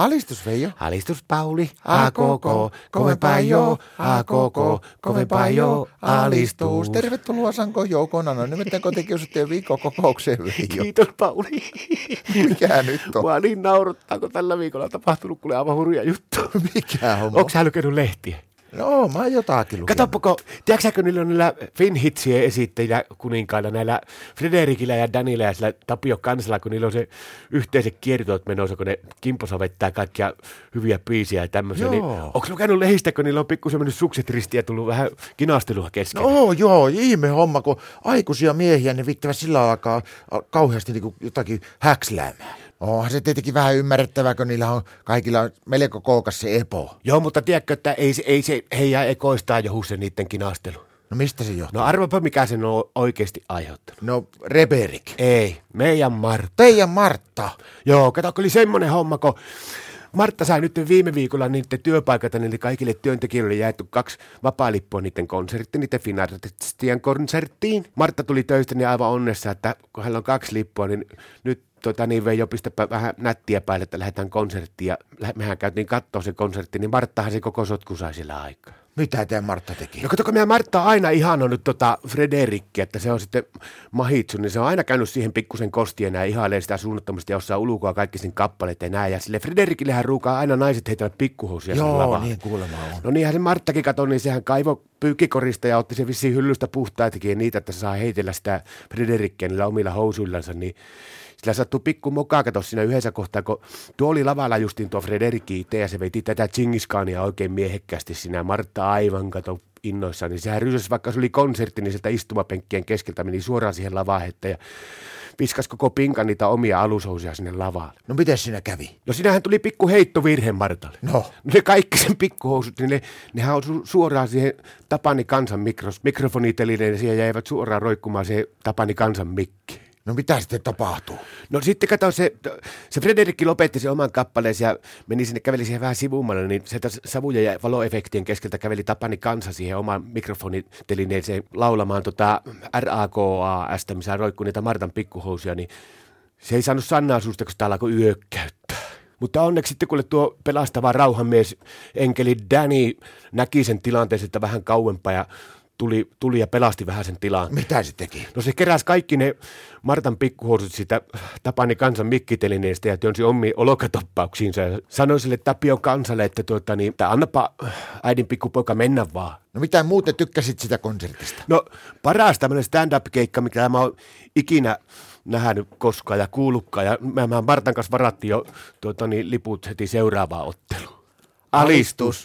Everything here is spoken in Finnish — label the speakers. Speaker 1: Alistus Veijo.
Speaker 2: Alistus Pauli, a koko, kovempaa jo, a koko, kovempaa jo, alistus.
Speaker 1: Tervetuloa Sanko Joukona, no nimittäin kotikiusattujen viikon kokoukseen Veijo.
Speaker 2: Kiitos Pauli.
Speaker 1: Mikä nyt on?
Speaker 2: Mua niin naurattaa, kun tällä viikolla on tapahtunut kuule aivan hurja juttu.
Speaker 1: Mikä homma?
Speaker 2: Onko sä lukenut lehtiä?
Speaker 1: No, mä oon jotakin lukenut.
Speaker 2: Katsopako, tiedätkö sä, kun niillä on niillä Finhitsien esittäjillä kuninkailla, näillä Frederikillä ja Danilla ja sillä Tapio Kansalla, kun niillä on se yhteiset kiertot menossa, kun ne kimposa vettää kaikkia hyviä biisiä ja tämmöisiä. Niin,
Speaker 1: Joo.
Speaker 2: onko lukenut lehdistä, kun niillä on pikkusen mennyt sukset ristiin ja tullut vähän kinastelua kesken?
Speaker 1: No joo, ihme homma, kun aikuisia miehiä ne viittävät sillä alkaa kauheasti niin jotakin häksläämään. Onhan se tietenkin vähän ymmärrettävää, kun niillä on kaikilla on melko kookas se epo.
Speaker 2: Joo, mutta tiedätkö, että ei, se- ei se heijää ekoistaan johdu se niiden kinastelu.
Speaker 1: No mistä se johtuu?
Speaker 2: No arvapa, mikä sen on oikeasti aiheuttanut.
Speaker 1: No, Reberik.
Speaker 2: Ei, meidän Martta.
Speaker 1: Teidän Martta.
Speaker 2: Joo, kato, kun oli semmoinen homma, kun Martta sai nyt viime viikolla niiden työpaikalta niille kaikille työntekijöille jaettu kaksi vapaalippua niiden konserttiin, niiden finalistien konserttiin. Martta tuli töistä niin aivan onnessa, että kun hänellä on kaksi lippua, niin nyt tota, niin Veijo, pistäpä vähän nättiä päälle, että lähdetään konserttiin. Ja lä- mehän käytiin katsoa se konsertti, niin Marttahan se koko sotku sai sillä aikaa.
Speaker 1: Mitä tämä Martta teki?
Speaker 2: No kato, kun meidän Martta on aina ihannut tota Frederikkiä, että se on sitten mahitsu, niin se on aina käynyt siihen pikkusen kostien ja ihailee sitä suunnattomasti ja osaa ulkoa kaikki sen kappaleet ja näin. Ja sille Frederikillehän ruukaa aina naiset heittävät pikkuhousia sinne
Speaker 1: Joo,
Speaker 2: lavaan.
Speaker 1: niin kuulemma on.
Speaker 2: No niinhän se Marttakin katoi, niin sehän kaivo pyykkikorista ja otti se vissiin hyllystä puhtaitakin ja niitä, että se saa heitellä sitä Frederikkiä niillä omilla housuillansa, niin sillä sattui pikku mokaa kato siinä yhdessä kohtaa, kun tuo oli lavalla justiin tuo Frederikki itse ja se veti tätä Tsingiskaania oikein miehekkäästi sinä Martta aivan kato innoissaan, niin sehän rysäsi, vaikka se oli konsertti, niin sieltä istumapenkkien keskeltä meni suoraan siihen lavaahette ja viskas koko pinkan niitä omia alushousia sinne lavalle.
Speaker 1: No miten siinä kävi?
Speaker 2: No sinähän tuli pikku heittovirhe Martalle.
Speaker 1: No.
Speaker 2: Ne kaikki sen pikkuhousut, niin ne, nehän on su- suoraan siihen Tapani Kansan mikros, mikrofonitelineen ja siihen jäivät suoraan roikkumaan se Tapani Kansan mikki.
Speaker 1: No mitä sitten tapahtuu?
Speaker 2: No sitten kato, se, se Frederikki lopetti sen oman kappaleensa ja meni sinne, käveli siihen vähän sivummalle, niin sieltä savuja ja valoefektien keskeltä käveli Tapani Kansa siihen oman mikrofonitelineeseen laulamaan tota RAKAS, missä roikkuu niitä Martan pikkuhousia, niin se ei saanut sannaa suusta, kun sitä alkoi yökkäyttää. Mutta onneksi sitten, kun tuo pelastava rauhanmies enkeli Danny näki sen tilanteen sitten vähän kauempaa ja tuli, tuli ja pelasti vähän sen tilanteen.
Speaker 1: Mitä se teki?
Speaker 2: No se keräsi kaikki ne Martan pikkuhousut sitä Tapani kansan mikkitelineestä ja työnsi omiin olokotoppauksiinsa. Ja sanoi sille Tapio kansalle, että, tuota, niin, että annapa äidin pikkupoika mennä vaan.
Speaker 1: No mitä muuten tykkäsit sitä konsertista?
Speaker 2: No paras tämmöinen stand-up-keikka, mikä mä oon ikinä nähnyt koskaan ja kuullutkaan. Ja mä, mä Martan kanssa varattiin jo tuota, niin, liput heti seuraavaan otteluun. Alistus.